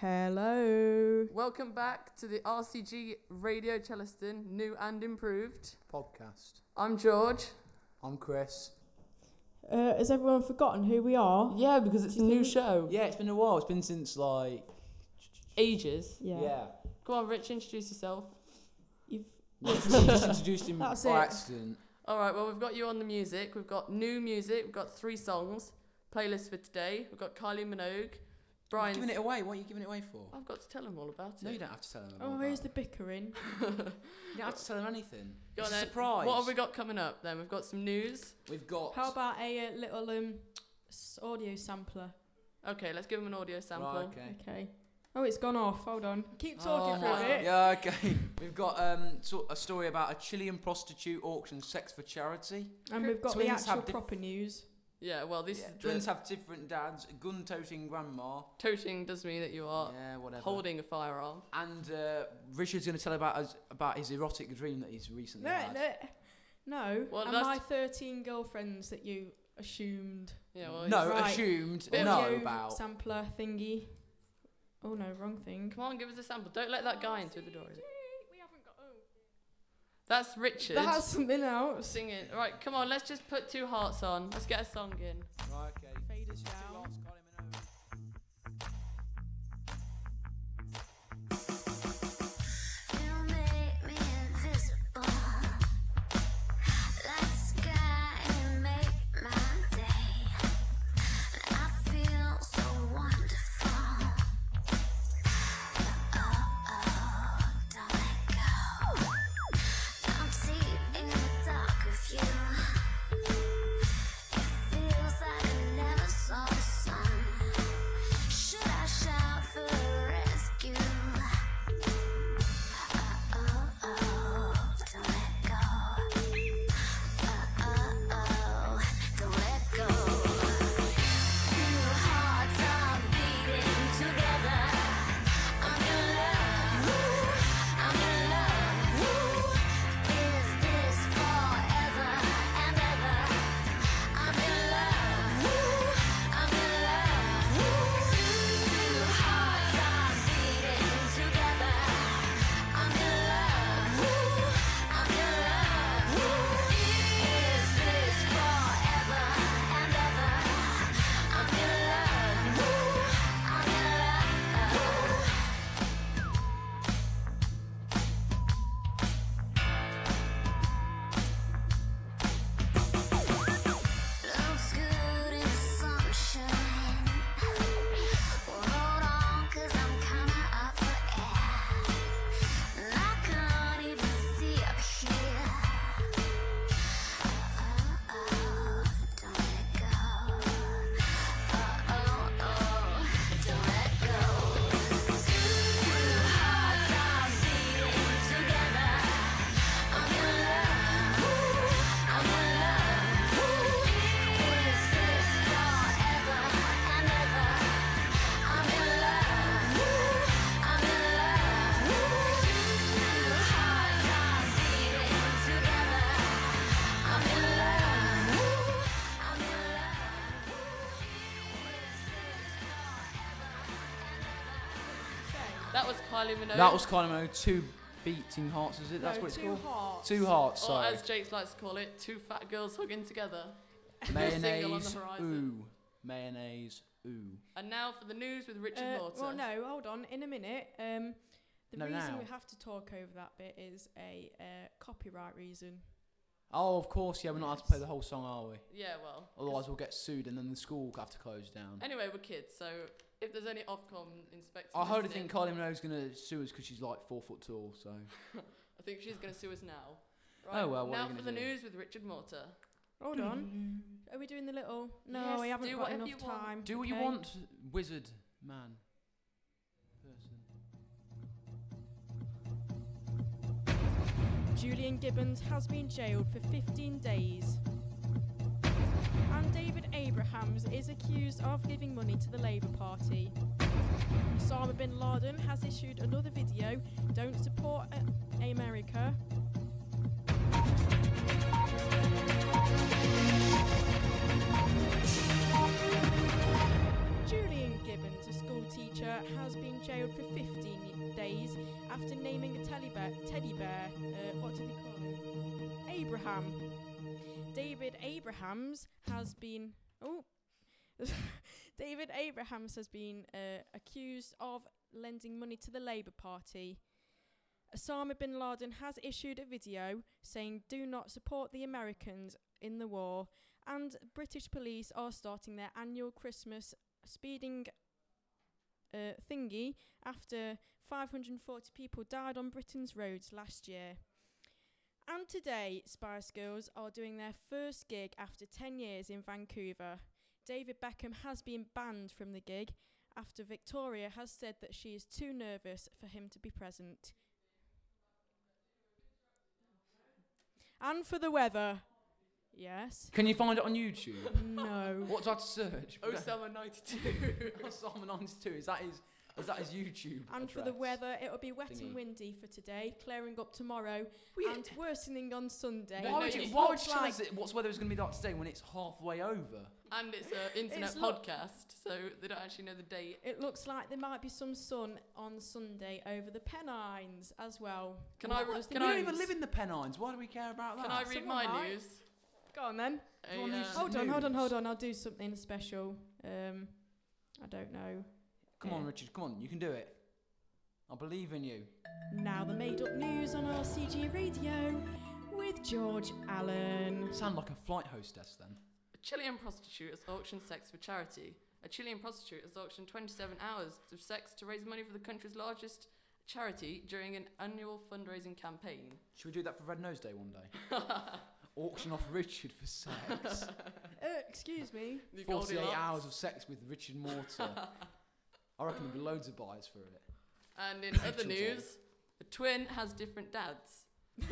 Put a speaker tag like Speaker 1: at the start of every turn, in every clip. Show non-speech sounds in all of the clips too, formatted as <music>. Speaker 1: Hello.
Speaker 2: Welcome back to the RCG Radio Celestin, new and improved.
Speaker 3: podcast.
Speaker 2: I'm George.
Speaker 3: I'm Chris.
Speaker 1: Uh, has everyone forgotten who we are?
Speaker 2: Yeah, because it's a new show.
Speaker 4: Yeah, it's been a while. It's been since like
Speaker 2: Ages.
Speaker 1: Yeah.
Speaker 2: Come on, Rich, introduce yourself.
Speaker 1: You've
Speaker 4: We <laughs> just introduced him
Speaker 1: That's
Speaker 4: by
Speaker 1: it.
Speaker 4: accident.
Speaker 2: All right, well, we've got you on the music. We've got new music. We've got three songs. Playlist for today. We've got Kylie Minogue,
Speaker 4: You're
Speaker 2: Brian.
Speaker 4: Giving it away. What are you giving it away for?
Speaker 2: I've got to tell them all about it.
Speaker 4: No, you don't have to tell him.
Speaker 1: Oh,
Speaker 4: about
Speaker 1: here's the
Speaker 4: that.
Speaker 1: bickering.
Speaker 2: <laughs>
Speaker 4: You don't have to tell him anything.
Speaker 2: Go
Speaker 4: It's
Speaker 2: on
Speaker 4: a
Speaker 2: then.
Speaker 4: surprise.
Speaker 2: What have we got coming up then? We've got some news.
Speaker 4: We've got.
Speaker 5: How about a, uh little um s- audio sampler?
Speaker 2: Okay, let's give them an audio sample.
Speaker 4: Right, okay.
Speaker 5: Okay. Oh, it's gone off. Hold on. Keep
Speaker 4: Oh
Speaker 5: talking for
Speaker 4: my-
Speaker 5: a bit.
Speaker 4: Yeah, okay. <laughs> We've got um, so, a story about a Chilean prostitute auction sex for charity.
Speaker 5: And we've got the
Speaker 4: Twins have
Speaker 5: actual
Speaker 4: diff-
Speaker 5: proper news.
Speaker 2: Yeah, well, this
Speaker 4: Yeah,
Speaker 2: is the
Speaker 4: Twins have different dads. Gun toting grandma.
Speaker 2: toting does mean that you are
Speaker 4: yeah, whatever.
Speaker 2: holding a firearm.
Speaker 4: And uh, Richard's going to tell about his, about his erotic dream that he's recently
Speaker 5: No,
Speaker 4: had.
Speaker 5: no, no.
Speaker 2: Well,
Speaker 5: and
Speaker 2: that's-
Speaker 5: my 13 girlfriends that you assumed
Speaker 2: Yeah, well,
Speaker 4: No,
Speaker 5: Right.
Speaker 4: assumed.
Speaker 2: Bit of
Speaker 4: No,
Speaker 5: audio
Speaker 4: about.
Speaker 5: sampler thingy. Oh no, wrong thing.
Speaker 2: Come on, give us a sample. Don't let that guy in through the door. Is it?
Speaker 5: We haven't got. Oh.
Speaker 2: That's Richard
Speaker 5: That has something else.
Speaker 2: singing. Right, come on, let's just put two hearts on. Let's get a song in.
Speaker 4: Right, okay.
Speaker 5: Fade
Speaker 4: This
Speaker 5: us
Speaker 4: is
Speaker 5: down.
Speaker 4: Two Last Kylie Minogue.
Speaker 6: Oh, You. It feels like I never saw the sun. Should I shout for rescue? Oh oh oh, don't let go. Oh oh don't let go. Two hearts are beating together. I'm in love. I'm in love. Is this forever and ever? I'm in love. I'm in love. Two hearts are beating together. I'm in love. I'm in love. Is this forever and ever? I'm in love. I'm in love. Looks good in sunshine. Well, hold on, 'cause I'm kinda up for air. And I can't even see up here. Oh, oh, don't let go. Oh, oh, oh, don't let go. Two hearts are beating together. I'm in love. I'm in love. Is this forever and ever? I'm in love. I'm in love. Two hearts are beating together. I'm in love. I'm
Speaker 2: That
Speaker 6: in love. Is this
Speaker 2: was Kylie Minogue.
Speaker 4: That was Kylie Minogue. Two beating hearts, is it? That's
Speaker 5: no,
Speaker 4: what it's
Speaker 5: two
Speaker 4: called.
Speaker 5: hearts.
Speaker 4: Two hearts.
Speaker 2: or
Speaker 4: Sorry.
Speaker 2: as Jake likes to call it, two fat girls hugging together. single on the
Speaker 4: Mayonnaise.
Speaker 2: horizon.
Speaker 4: Ooh. Mayonnaise. Ooh.
Speaker 2: And now for the news with Richard
Speaker 5: Uh,
Speaker 2: Morton.
Speaker 5: well, no, hold on. In a minute. Um, the
Speaker 4: No,
Speaker 5: reason
Speaker 4: now.
Speaker 5: we have to talk over that bit is a uh, copyright reason.
Speaker 4: Oh, of course. Yeah, we're not allowed to play the whole song, are we?
Speaker 2: Yeah, well. 'cause-
Speaker 4: Otherwise, we'll get sued, and then the school will have to close down.
Speaker 2: Anyway, we're kids, so if there's any Ofcom inspectors.
Speaker 4: I hardly
Speaker 2: listening,
Speaker 4: think Kylie Minogue's gonna sue us because she's like four foot tall. So
Speaker 2: I think she's going to sue us now.
Speaker 4: Oh, well, what are
Speaker 2: now
Speaker 4: you
Speaker 2: for
Speaker 4: gonna
Speaker 2: the
Speaker 4: do?
Speaker 2: news with Richard Mortar.
Speaker 5: Hold on. Are we doing the little? No,
Speaker 2: Mm-hmm. Yes,
Speaker 5: I
Speaker 2: do
Speaker 5: haven't got
Speaker 2: whatever
Speaker 5: enough
Speaker 2: you want.
Speaker 5: time.
Speaker 4: do what you
Speaker 5: Okay.
Speaker 4: want, wizard man. Person.
Speaker 5: Julian Gibbons has been jailed for 15 days. And David Abrahams is accused of giving money to the Labour Party. Osama bin Laden has issued another video, Don't Support A- America. Julian Gibbons, a school teacher, has been jailed for 15 y- days after naming a teddy bear. Teddy bear uh, what did they call him? Abraham. David Abrahams has been. Oh. <laughs> David Abrahams has been uh, accused of lending money to the Labour Party. Osama bin Laden has issued a video saying, Do not support the Americans in the war. And British police are starting their annual Christmas speeding uh, thingy after 540 people died on Britain's roads last year. And today, Spice Girls are doing their first gig after 10 years in Vancouver. David Beckham has been banned from the gig after Victoria has said that she is too nervous for him to be present. And for the weather. Yes.
Speaker 4: Can you find it on YouTube?
Speaker 5: No.
Speaker 4: what do I have to search?
Speaker 2: <laughs>
Speaker 5: Oh,
Speaker 2: Osama 92. <laughs>
Speaker 4: Osama 92. Is that his, is that his YouTube
Speaker 5: <laughs> And for the
Speaker 4: address?
Speaker 5: weather, it'll be wet
Speaker 4: thingy.
Speaker 5: and windy for today, clearing up tomorrow,
Speaker 4: We-
Speaker 5: and worsening on Sunday.
Speaker 4: Why
Speaker 2: No,
Speaker 4: would
Speaker 2: no,
Speaker 4: you,
Speaker 2: it's
Speaker 4: why
Speaker 5: not
Speaker 4: would you tell
Speaker 5: like-
Speaker 4: us it, what's weather is going to be like today when it's halfway over?
Speaker 2: and <laughs> it's an internet
Speaker 5: It's not-
Speaker 2: podcast, so they don't actually know the date.
Speaker 5: It looks like there might be some sun on Sunday over the Pennines as well.
Speaker 2: Can I-
Speaker 5: That was the
Speaker 2: can
Speaker 4: we
Speaker 2: I-
Speaker 4: don't even
Speaker 5: news.
Speaker 4: live in the Pennines. Why do we care about that?
Speaker 2: Can I read
Speaker 5: someone
Speaker 2: my
Speaker 5: might.
Speaker 2: news?
Speaker 5: Go on then.
Speaker 2: A,
Speaker 4: Your news
Speaker 2: uh,
Speaker 4: is
Speaker 5: Hold on, hold on,
Speaker 4: news.
Speaker 5: hold on. I'll do something special. Um, I don't know.
Speaker 4: Come on, Richard. Come on. You can do it. I believe in you.
Speaker 5: Now the made-up news on RCG Radio with George Allen.
Speaker 4: Sound like a flight hostess then.
Speaker 2: A Chilean prostitute has auctioned sex for charity. A Chilean prostitute has auctioned 27 hours of sex to raise money for the country's largest charity during an annual fundraising campaign. <laughs>
Speaker 4: Should we do that for Red Nose Day one day? Auction off Richard for sex.
Speaker 5: Uh, excuse me.
Speaker 2: <laughs> The
Speaker 4: 48
Speaker 2: Goldilocks.
Speaker 4: hours of sex with
Speaker 2: <laughs>
Speaker 4: Richard Mortar. I reckon there'll be loads of buys for it.
Speaker 2: And in
Speaker 4: Rachel
Speaker 2: other
Speaker 4: Zoe.
Speaker 2: news, a twin has different dads.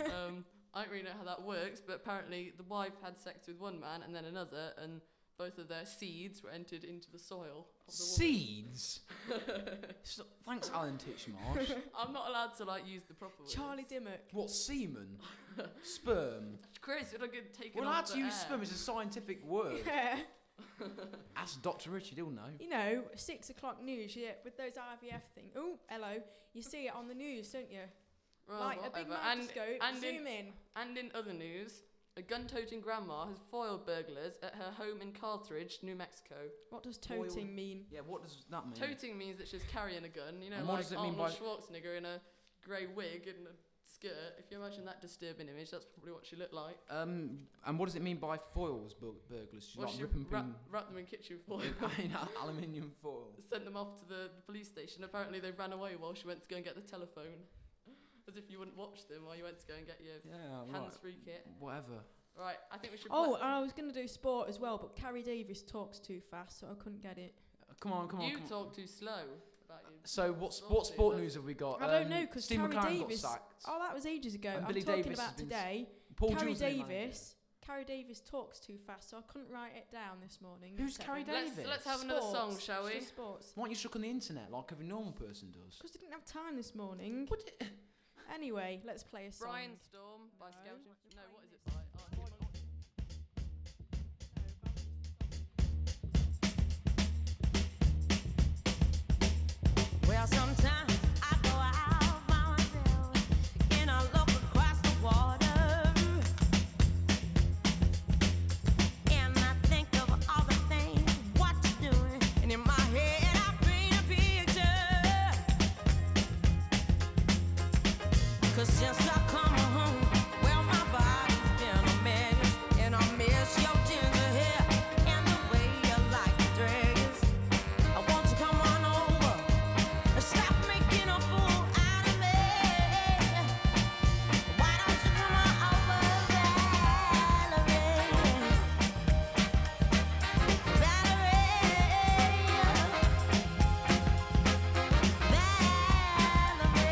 Speaker 2: Um, I don't really know how that works, but apparently the wife had sex with one man and then another, and both of their seeds were entered into the soil. Of the woman. <laughs>
Speaker 4: Seeds? So- Thanks, Alan Titchmarsh.
Speaker 2: I'm not allowed to like use the proper words.
Speaker 5: Charlie Dimmock. <laughs>
Speaker 4: what, semen? Sperm?
Speaker 2: Chris, you're not going to take
Speaker 4: Well,
Speaker 2: it
Speaker 4: how
Speaker 2: off
Speaker 4: to
Speaker 2: the
Speaker 4: use
Speaker 2: air.
Speaker 4: sperm is a scientific word.
Speaker 5: Yeah.
Speaker 4: Ask Dr. Richard, he'll know.
Speaker 5: You know, six o'clock news, yeah, with those IVF thing. Oh, hello. You see it on the news, don't you?
Speaker 2: Well,
Speaker 5: like a big
Speaker 2: whatever. And
Speaker 5: microscope,
Speaker 2: and in-
Speaker 5: zoom in.
Speaker 2: And in other news, a gun-toting grandma has foiled burglars at her home in Carthage, New Mexico.
Speaker 5: What does
Speaker 4: Oil.
Speaker 5: toting mean?
Speaker 4: Yeah, what does that mean?
Speaker 2: Toting means that she's carrying a gun. You know,
Speaker 4: And what
Speaker 2: like
Speaker 4: does it mean
Speaker 2: Arnold
Speaker 4: by-
Speaker 2: Schwarzenegger in a grey wig and a skirt. If you imagine that disturbing image, that's probably what she looked like.
Speaker 4: Um, and what does it mean by foils, bur- burglars? Should
Speaker 2: Well,
Speaker 4: like
Speaker 2: she
Speaker 4: rip and
Speaker 2: wrap,
Speaker 4: pin
Speaker 2: wrapped them in kitchen
Speaker 4: <laughs>
Speaker 2: foil.
Speaker 4: in
Speaker 5: <laughs>
Speaker 4: aluminium foil?
Speaker 2: <laughs> Sent them off to the, the police station. Apparently, they ran away while she went to go and get the telephone, <laughs> as if you wouldn't watch them while you went to go and get your
Speaker 4: Yeah, right.
Speaker 2: hands-free kit.
Speaker 4: Whatever.
Speaker 2: Right, I think we should.
Speaker 5: Oh,
Speaker 2: pla-
Speaker 5: I was going to do sport as well, but Carrie Davis talks too fast, so I couldn't get it.
Speaker 4: Uh, Come on, come on.
Speaker 2: you
Speaker 4: come on.
Speaker 2: talk too slow about you.
Speaker 4: So what,
Speaker 2: Sorted,
Speaker 4: what sport
Speaker 2: that's-
Speaker 4: news have we got?
Speaker 5: I don't
Speaker 4: Um,
Speaker 5: know, 'cause
Speaker 4: Steve
Speaker 5: Carrie
Speaker 4: McLaren
Speaker 5: Davis-
Speaker 4: got sacked.
Speaker 5: Oh, that was ages ago.
Speaker 4: And
Speaker 5: I'm
Speaker 4: Billy
Speaker 5: talking
Speaker 4: Davis has
Speaker 5: about
Speaker 4: been s-
Speaker 5: today.
Speaker 4: Paul
Speaker 5: Carrie
Speaker 4: Jules new manager.
Speaker 5: Davis. Carrie Davis talks too fast, so I couldn't write it down this morning.
Speaker 4: Who's
Speaker 5: So-
Speaker 4: Carrie
Speaker 2: Let's,
Speaker 4: Davis?
Speaker 2: let's have another song,
Speaker 5: Sports.
Speaker 2: shall we?
Speaker 5: It's just Sports.
Speaker 4: Why aren't you stuck on the internet like every normal person does?
Speaker 5: Because I didn't have time this morning. Anyway, let's play a song.
Speaker 2: Brian Storm by
Speaker 5: No.
Speaker 2: Scouting. No, what is it
Speaker 5: Brian
Speaker 2: by? Oh, it's-
Speaker 7: Well, sometimes I go out by myself and I look across the water and I think of all the things what you're doing, and in my head I paint a picture. 'Cause since I come home, well my body's been a mess, and I miss your ginger hair and the way you like to dress. I want to come on over. Stop making a fool out of me. Why don't you come on over, Valerie? Valerie, Valerie.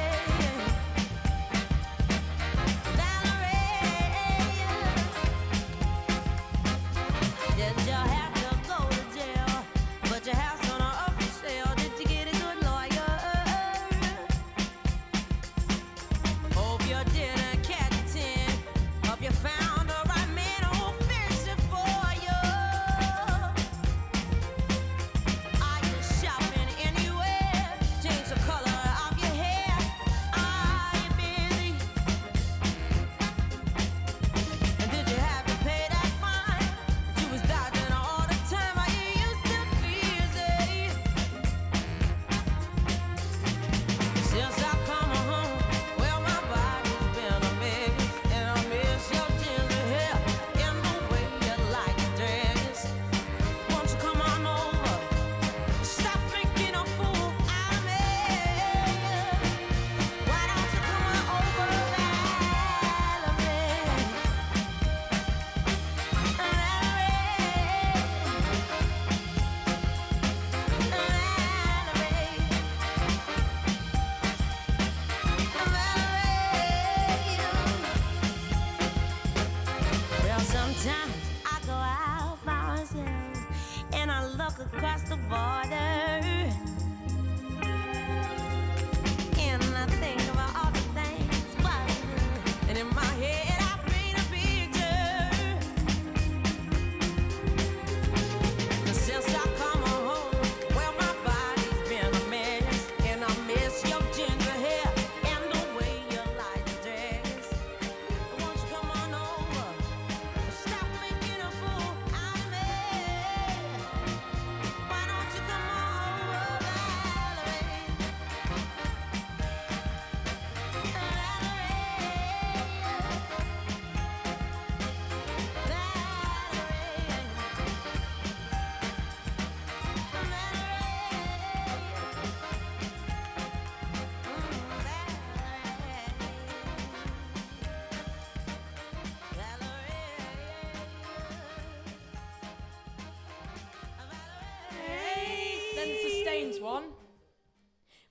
Speaker 5: then sustains one.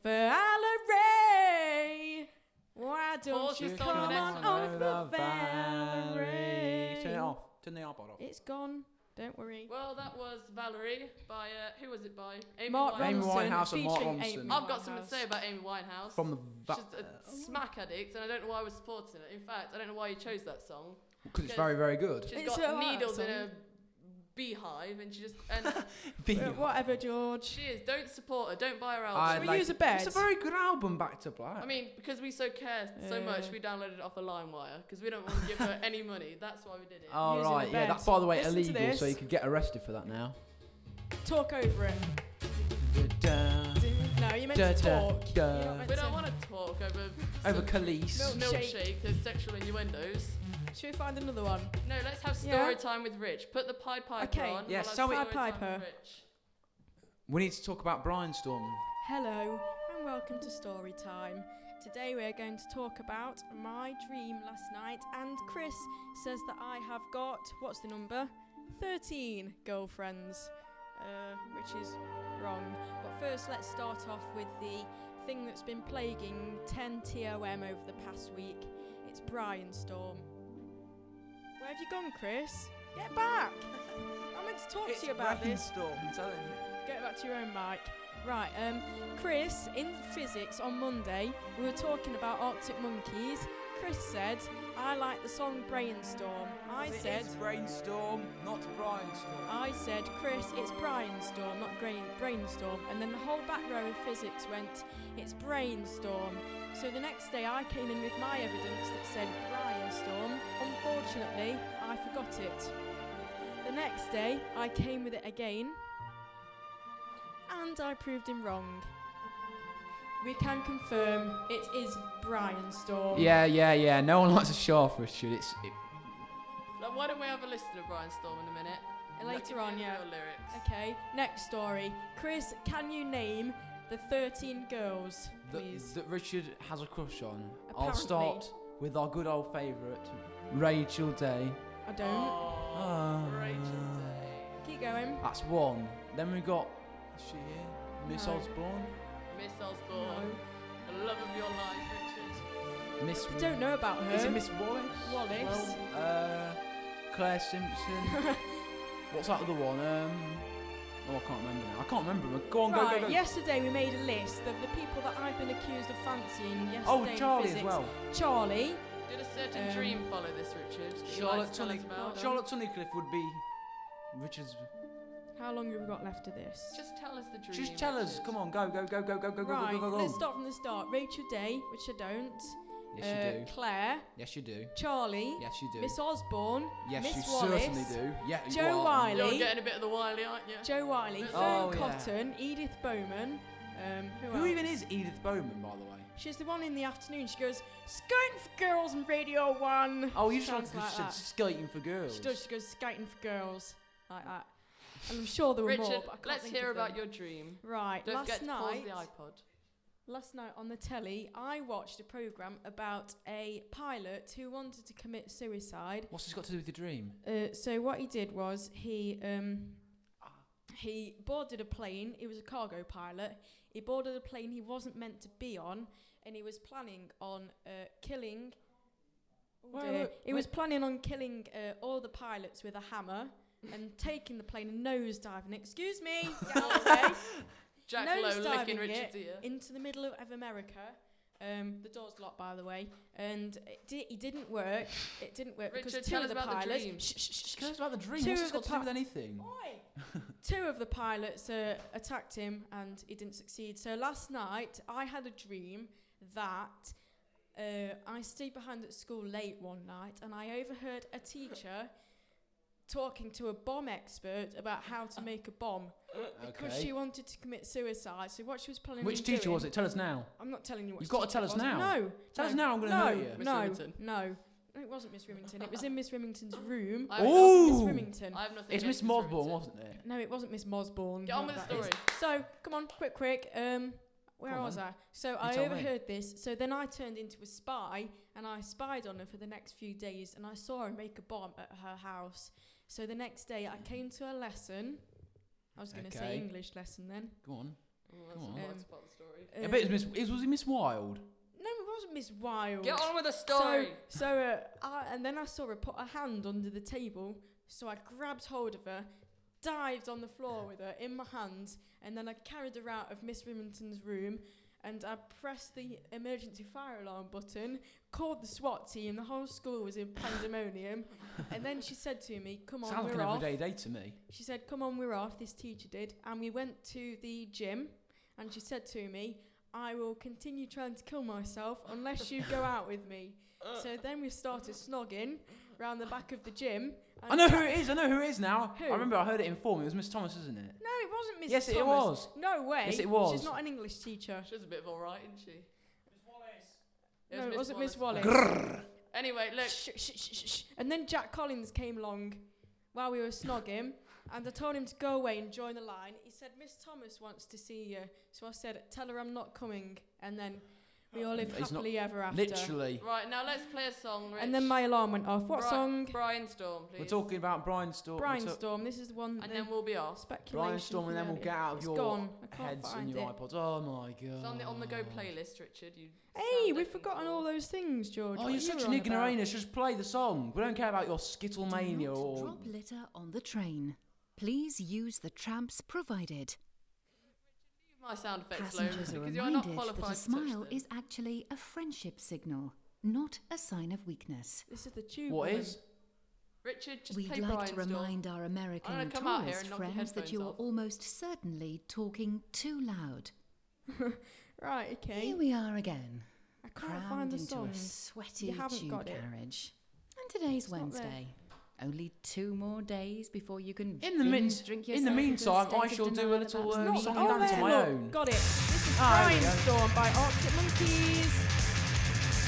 Speaker 5: Valerie, why don't
Speaker 2: Pause
Speaker 5: you
Speaker 2: your song
Speaker 5: come
Speaker 2: for the next
Speaker 5: on
Speaker 2: one,
Speaker 5: over,
Speaker 4: Valerie. Turn it
Speaker 5: Valerie?
Speaker 4: off. Turn the iPod off.
Speaker 5: It's gone. Don't worry.
Speaker 2: Well, that was Valerie by uh, who was it by? Amy
Speaker 5: Mark
Speaker 2: Winehouse.
Speaker 4: Amy
Speaker 5: Ronson
Speaker 4: Winehouse and Mark
Speaker 5: featuring
Speaker 4: Ronson.
Speaker 5: Amy
Speaker 2: I've got something
Speaker 5: Winehouse.
Speaker 2: to say about Amy Winehouse.
Speaker 4: From the va-
Speaker 2: She's a smack addict, and I don't know why I was supporting it. In fact, I don't know why you chose that song.
Speaker 4: because it's
Speaker 2: because-
Speaker 4: very very good.
Speaker 2: She's
Speaker 1: It's a
Speaker 2: got
Speaker 1: right
Speaker 2: needles in
Speaker 1: song.
Speaker 2: her beehive, and she just
Speaker 4: <laughs>
Speaker 2: and
Speaker 1: Uh, whatever, George.
Speaker 2: she is. Don't support her. Don't buy her album.
Speaker 4: I
Speaker 1: Should we
Speaker 4: like-
Speaker 1: use a bed?
Speaker 4: It's a very good album, Back to Black.
Speaker 2: I mean, because we so care so much, we downloaded it off a LimeWire because we don't want to give her any money. That's why we did it.
Speaker 4: <laughs> oh,
Speaker 1: using
Speaker 4: right,
Speaker 1: the
Speaker 4: yeah.
Speaker 1: bed.
Speaker 4: That's by the way
Speaker 1: Listen to
Speaker 4: illegal, so
Speaker 1: this.
Speaker 4: you could get arrested for that now.
Speaker 5: Talk over it. No, you meant
Speaker 4: Da,
Speaker 5: to
Speaker 4: da,
Speaker 5: talk.
Speaker 4: da.
Speaker 5: You're not meant
Speaker 2: we
Speaker 5: to-
Speaker 2: don't want to talk over
Speaker 4: Over
Speaker 2: some
Speaker 4: Khalees.
Speaker 5: Milkshake.
Speaker 2: milkshake. There's sexual innuendos.
Speaker 5: Should we find another one?
Speaker 2: No, let's have
Speaker 1: Yeah.
Speaker 2: story time with Rich. Put the Pied Piper
Speaker 5: Okay.
Speaker 2: on.
Speaker 4: Yes,
Speaker 2: we'll
Speaker 4: tell
Speaker 2: have
Speaker 4: me-
Speaker 2: story
Speaker 5: Pied
Speaker 2: time
Speaker 5: Piper.
Speaker 2: with Rich.
Speaker 4: We need to talk about Brian Storm.
Speaker 5: Hello and welcome to Story Time. Today we're going to talk about my dream last night and Chris says that I have got what's the number? 13 girlfriends. Uh, which is wrong. But first let's start off with the thing that's been plaguing 10TOM over the past week. It's Brian Storm. Where have you gone, Chris? Get back! <laughs> I meant to talk to you about this.
Speaker 4: Storm, I'm telling you.
Speaker 5: Get back to your own mic. Right, um, Chris, in physics on Monday, we were talking about Arctic Monkeys. Chris said, I like the song Brainstorm. I said,
Speaker 4: Brainstorm, not Brian Storm.
Speaker 5: I said, Chris, it's Brainstorm, not grain, Brainstorm. And then the whole back row of physics went, it's Brainstorm. So the next day I came in with my evidence that said Brainstorm. Unfortunately, I forgot it. The next day I came with it again. And I proved him wrong. We can confirm it is Brainstorm.
Speaker 4: Yeah, yeah, yeah. No one likes a Sharfish, should it's it,
Speaker 2: Like, why don't we have a listen to Brian Storm in a minute?
Speaker 5: And later
Speaker 2: Like,
Speaker 5: on,
Speaker 2: the
Speaker 5: yeah.
Speaker 2: real lyrics.
Speaker 5: Okay, next story. Chris, can you name the 13 girls,
Speaker 4: that,
Speaker 5: please?
Speaker 4: that Richard has a crush on. I'll
Speaker 5: Apparently.
Speaker 4: start with our good old favourite, Rachel Day.
Speaker 5: I don't.
Speaker 2: Oh,
Speaker 4: Ah.
Speaker 2: Rachel Day.
Speaker 5: Keep going.
Speaker 4: That's one. Then we got is she here? Miss
Speaker 5: No.
Speaker 4: Osborne,
Speaker 2: Miss Osborne. The love of your life, Richard.
Speaker 4: Miss.
Speaker 5: I don't know about her. <laughs>
Speaker 4: Is it Miss Wallace?
Speaker 5: Wallace.
Speaker 4: as well? uh, Claire Simpson. What's that other one? Um, oh, I can't remember now. I can't remember. Go on,
Speaker 5: right,
Speaker 4: go, go, go.
Speaker 5: yesterday we made a list of the people that I've been accused of fancying yesterday
Speaker 4: Oh,
Speaker 5: in
Speaker 4: Charlie
Speaker 5: physics.
Speaker 4: as well.
Speaker 5: Charlie.
Speaker 2: Did a certain
Speaker 5: Um,
Speaker 2: dream follow this, Richard? that you'd like
Speaker 4: Charlotte
Speaker 2: to tell us
Speaker 4: Tunnicliffe.
Speaker 2: about?
Speaker 4: Charlotte Tunnicliffe would be Richard's.
Speaker 5: How long have we got left of this?
Speaker 2: Just tell us the dream.
Speaker 4: Just tell us.
Speaker 2: Richard.
Speaker 4: Come on, go, go, go, go, go, go, go,
Speaker 5: right,
Speaker 4: go, go, go.
Speaker 5: let's start from the start. Rachel Day, which I don't.
Speaker 4: Yes,
Speaker 5: Uh,
Speaker 4: you do.
Speaker 5: Claire.
Speaker 4: Yes, you do.
Speaker 5: Charlie.
Speaker 4: Yes, you do.
Speaker 5: Miss Osborne.
Speaker 4: yes,
Speaker 5: Miss
Speaker 4: you
Speaker 5: Wallace.
Speaker 4: certainly do. Yeah, you
Speaker 5: Joe
Speaker 4: are.
Speaker 5: Wiley.
Speaker 2: You're getting a bit of the wily, aren't you?
Speaker 5: Joe Wiley. Fern
Speaker 4: Oh, yeah.
Speaker 5: Cotton. Edith Bowman. Um, who
Speaker 4: Who
Speaker 5: else?
Speaker 4: even is Edith Bowman, by the way?
Speaker 5: She's the one in the afternoon. She goes, Skating for girls on Radio 1.
Speaker 4: Oh, you
Speaker 5: She
Speaker 4: just like,
Speaker 5: sounds like
Speaker 4: said
Speaker 5: that.
Speaker 4: skating for girls.
Speaker 5: She does. She goes skating for girls like that. And I'm sure there were more.
Speaker 2: Richard,
Speaker 5: But I can't
Speaker 2: let's
Speaker 5: think
Speaker 2: hear
Speaker 5: of them.
Speaker 2: about your dream.
Speaker 5: Right.
Speaker 2: Don't forget
Speaker 5: last
Speaker 2: to pause
Speaker 5: night,
Speaker 2: the iPod.
Speaker 5: last night on the telly, I watched a program about a pilot who wanted to commit suicide.
Speaker 4: What's this got to do with the dream?
Speaker 5: Uh, so what he did was he um, he boarded a plane. He was a cargo pilot. He boarded a plane he wasn't meant to be on, and he was planning on uh, killing. Oh
Speaker 4: Wait,
Speaker 5: dear.
Speaker 4: wait,
Speaker 5: he was planning on killing uh, all the pilots with a hammer and taking the plane and nosediving. it. Excuse
Speaker 2: <laughs>
Speaker 5: me, get out of the way.
Speaker 2: Jack
Speaker 5: Notice
Speaker 2: Lowe licking
Speaker 5: diving
Speaker 2: Richard's ear.
Speaker 5: into the middle of, of America. Um, the door's locked, by the way, and it, di- it didn't work. It didn't work
Speaker 2: Richard,
Speaker 5: because two
Speaker 2: tell
Speaker 5: of
Speaker 2: us
Speaker 5: the
Speaker 2: about the
Speaker 5: pilots.
Speaker 2: dream.
Speaker 5: Shh, shh, shh, shh,
Speaker 4: Tell us about the dream.
Speaker 5: Two
Speaker 4: What's
Speaker 5: of
Speaker 4: this
Speaker 5: the
Speaker 4: got to do
Speaker 5: pa-
Speaker 4: with anything?
Speaker 5: two of the pilots uh, attacked him and he didn't succeed. So last night I had a dream that uh, I stayed behind at school late one night and I overheard a teacher talking to a bomb expert about how to make a bomb because she wanted to commit suicide. So what she was planning
Speaker 4: Which
Speaker 5: on
Speaker 4: teacher
Speaker 5: doing,
Speaker 4: was it? Tell us now.
Speaker 5: I'm not telling you what
Speaker 4: You've gotta tell us now.
Speaker 5: No.
Speaker 4: Tell
Speaker 5: no,
Speaker 4: us now, I'm gonna
Speaker 5: no,
Speaker 4: hurt you.
Speaker 2: Miss
Speaker 5: No,
Speaker 2: Remington.
Speaker 5: no. It wasn't Miss Remington. It was in Miss Remington's room. It
Speaker 2: I have
Speaker 5: wasn't
Speaker 4: Ooh.
Speaker 5: Miss Remington.
Speaker 2: I have nothing.
Speaker 4: It's Miss
Speaker 2: against
Speaker 4: Mosborne,
Speaker 2: Richard.
Speaker 4: wasn't it?
Speaker 5: No, it wasn't Miss Mosborne.
Speaker 2: Get on with
Speaker 5: whoever
Speaker 2: the
Speaker 5: that is.
Speaker 2: story.
Speaker 5: So, come on, quick, quick. Um, where
Speaker 4: Come
Speaker 5: was I? So I
Speaker 4: tell me.
Speaker 5: overheard this. So then I turned into a spy and I spied on her for the next few days and I saw her make a bomb at her house. So the next day I came to a lesson I was going to
Speaker 4: Okay.
Speaker 5: say English lesson then.
Speaker 4: Go on.
Speaker 2: Oh, that's
Speaker 4: Come on.
Speaker 2: a
Speaker 5: Um,
Speaker 2: part part of the story.
Speaker 4: I bet it
Speaker 5: Um,
Speaker 4: was Miss. Is, was it Miss Wild?
Speaker 5: No, it wasn't Miss Wild.
Speaker 2: Um, Get on with the story.
Speaker 5: So, so uh, I, and then I saw her put her hand under the table, so I grabbed hold of her, dived on the floor with her in my hands, and then I carried her out of Miss Remington's room, and I pressed the emergency fire alarm button, called the SWAT team, the whole school was in pandemonium, and then she said to me, "Come on,
Speaker 4: Sounds like
Speaker 5: we're
Speaker 4: an
Speaker 5: off."
Speaker 4: everyday day to me.
Speaker 5: She said, Come on, we're off. This teacher did. And we went to the gym and she said to me, I will continue trying to kill myself unless you go out with <laughs> me. so then we started snogging round the back of the gym. and
Speaker 4: I know
Speaker 5: tra-
Speaker 4: who it is. I know who it is now.
Speaker 5: Who?
Speaker 4: I remember I heard it in form. It was Miss Thomas, isn't it?
Speaker 5: No, it wasn't Miss
Speaker 4: yes, it
Speaker 5: Thomas.
Speaker 4: was.
Speaker 5: No way.
Speaker 4: Yes, it
Speaker 5: She's
Speaker 4: was.
Speaker 5: not an English teacher.
Speaker 2: She's a bit of all right, isn't she?
Speaker 5: no,
Speaker 2: Miss Wallace.
Speaker 5: it wasn't Miss Wallace.
Speaker 2: Anyway, look.
Speaker 5: Shh, shh, shh, shh, shh. And then Jack Collins came along while we were snogging, and I told him to go away and join the line. He said, Miss Thomas wants to see you. So I said, Tell her I'm not coming. And then we all lived
Speaker 4: He's not-
Speaker 5: happily ever after.
Speaker 4: Literally.
Speaker 2: Right now, let's play a song, Rich.
Speaker 5: And then my alarm went off. What
Speaker 2: Bri-
Speaker 5: song?
Speaker 2: Brian Storm, please.
Speaker 4: We're talking about Brian Storm. we're
Speaker 5: Brian
Speaker 4: talk-
Speaker 5: Storm. This is the one.
Speaker 2: And
Speaker 5: the
Speaker 2: then we'll be off.
Speaker 5: speculation.
Speaker 4: Brian Storm, and
Speaker 5: from
Speaker 4: then we'll
Speaker 5: earlier.
Speaker 4: get out of
Speaker 5: It's
Speaker 4: your
Speaker 5: gone. I can't
Speaker 4: heads and
Speaker 5: find
Speaker 4: your
Speaker 5: it.
Speaker 4: iPods. Oh my god.
Speaker 2: It's on the on the go playlist, Richard. You.
Speaker 5: Hey,
Speaker 2: sound
Speaker 5: we've
Speaker 2: effing
Speaker 5: forgotten
Speaker 2: cool.
Speaker 5: all those things, George.
Speaker 4: Oh,
Speaker 5: What you
Speaker 4: you're such
Speaker 5: were
Speaker 4: an
Speaker 5: on about.
Speaker 4: ignoramus. Just play the song. We don't care about your skittle
Speaker 8: Do
Speaker 4: mania
Speaker 8: not
Speaker 4: or.
Speaker 8: drop litter on the train. Please use the tramps provided.
Speaker 2: My sound effects, Lola,
Speaker 8: Passengers
Speaker 2: because
Speaker 8: are
Speaker 2: you are not
Speaker 8: reminded
Speaker 2: qualified
Speaker 8: that a
Speaker 2: to touch
Speaker 8: smile
Speaker 2: them.
Speaker 8: is actually a friendship signal, not a sign of weakness.
Speaker 5: This is the tube.
Speaker 4: What
Speaker 5: woman.
Speaker 4: is?
Speaker 2: Richard, just
Speaker 8: We'd
Speaker 2: play
Speaker 8: like
Speaker 2: Brian
Speaker 8: to
Speaker 2: Storm.
Speaker 8: remind our
Speaker 2: I'm
Speaker 8: American
Speaker 2: gonna come out here
Speaker 8: tourist
Speaker 2: and knock your
Speaker 8: friends that
Speaker 2: headphones
Speaker 8: you are
Speaker 2: off.
Speaker 8: almost certainly talking too loud.
Speaker 5: Right, okay.
Speaker 8: Here we are again,
Speaker 5: I can't find
Speaker 8: crammed
Speaker 5: the
Speaker 8: into
Speaker 5: song.
Speaker 8: a sweaty
Speaker 5: You haven't
Speaker 8: tube
Speaker 5: got it.
Speaker 8: carriage. And today's
Speaker 5: It's not there.
Speaker 8: Wednesday. Only two more days before you can
Speaker 4: In the
Speaker 8: binge
Speaker 4: means-
Speaker 8: drink
Speaker 4: in the
Speaker 8: yourself into
Speaker 4: meantime,
Speaker 8: state
Speaker 4: I
Speaker 8: of
Speaker 4: shall do a
Speaker 8: denial
Speaker 4: little,
Speaker 8: about
Speaker 4: um,
Speaker 8: something.
Speaker 4: song
Speaker 5: oh,
Speaker 4: and dance
Speaker 5: there,
Speaker 4: on my
Speaker 5: look,
Speaker 4: own.
Speaker 5: Got it. This is
Speaker 4: Ah, there
Speaker 5: Brian
Speaker 4: we go.
Speaker 5: Storm by Arctic Monkeys.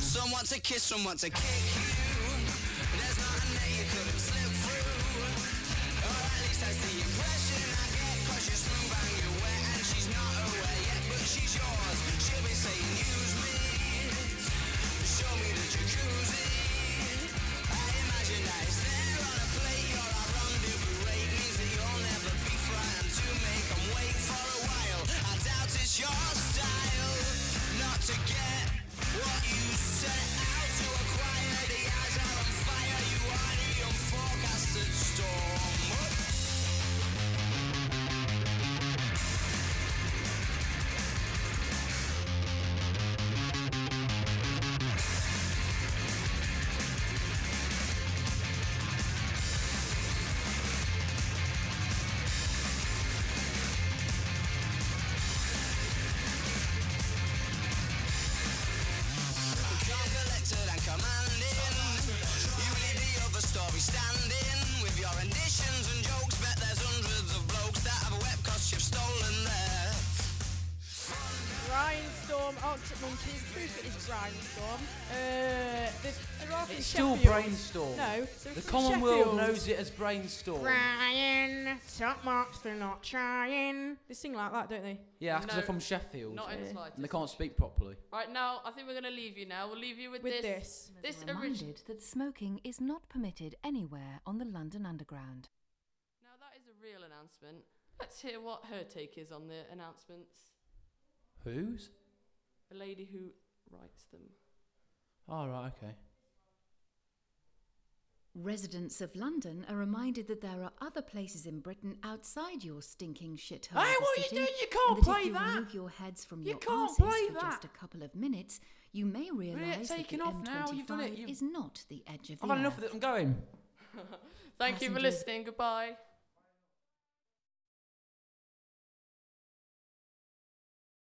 Speaker 9: Someone to kiss, someone to kick you. There's nothing that you couldn't slip through. Or at least that's the impression I get. Cause you're smooth and you're wet and she's not aware yet. But she's yours. She'll be saying, use me. Show me the jacuzzi. I imagine that it's there on a plate. You're a rendezvous rate. Means that you'll never be frightened to make 'em wait for a while. I doubt it's your style not to get what you set out to acquire. The eyes are on fire. You are the unforecasted storm. Calm, collected and commanding. You leave the other story standing with your renditions and jokes. Bet there's hundreds of blokes that have wept cause you've stolen their.
Speaker 5: Brian Storm, Arctic Monkeys. The proof it is Brian Storm. Uh, they're, they're off in
Speaker 4: It's still
Speaker 5: Sheffield.
Speaker 4: brainstorm.
Speaker 5: No, they're
Speaker 4: The
Speaker 5: from
Speaker 4: common
Speaker 5: Sheffield.
Speaker 4: world knows it as brainstorm.
Speaker 5: Brian, top marks for not trying. They sing like that, don't they?
Speaker 4: Yeah, that's because
Speaker 2: No,
Speaker 4: they're from Sheffield.
Speaker 2: Not in the
Speaker 5: Yeah.
Speaker 2: slightest.
Speaker 4: and they can't speak properly.
Speaker 2: Right now, I think we're gonna leave you now. We'll leave you with,
Speaker 5: With
Speaker 2: this.
Speaker 5: this.
Speaker 8: As
Speaker 2: This
Speaker 8: a
Speaker 2: original.
Speaker 8: reminded that smoking is not permitted anywhere on the London Underground.
Speaker 2: Now that is a real announcement. Let's hear what her take is on the announcements.
Speaker 4: Who's?
Speaker 2: The lady who writes them.
Speaker 4: Oh, right, okay.
Speaker 8: Residents of London are reminded that there are other places in Britain outside your stinking shithole. of
Speaker 4: Hey,
Speaker 8: a
Speaker 4: what you
Speaker 8: city,
Speaker 4: doing? You
Speaker 8: and
Speaker 4: can't
Speaker 8: that
Speaker 4: play
Speaker 8: if you
Speaker 4: that.
Speaker 8: Remove your heads from
Speaker 4: You
Speaker 8: your
Speaker 4: can't
Speaker 8: arses
Speaker 4: play
Speaker 8: for
Speaker 4: that.
Speaker 8: just a couple of minutes. You may realise that the
Speaker 4: taking off
Speaker 8: M25
Speaker 4: now. You've done it. You've-
Speaker 8: is not the edge of
Speaker 4: I've
Speaker 8: the
Speaker 4: had enough
Speaker 8: earth.
Speaker 4: of it. I'm going.
Speaker 2: Thank you for
Speaker 8: Passengers.
Speaker 2: listening. Goodbye.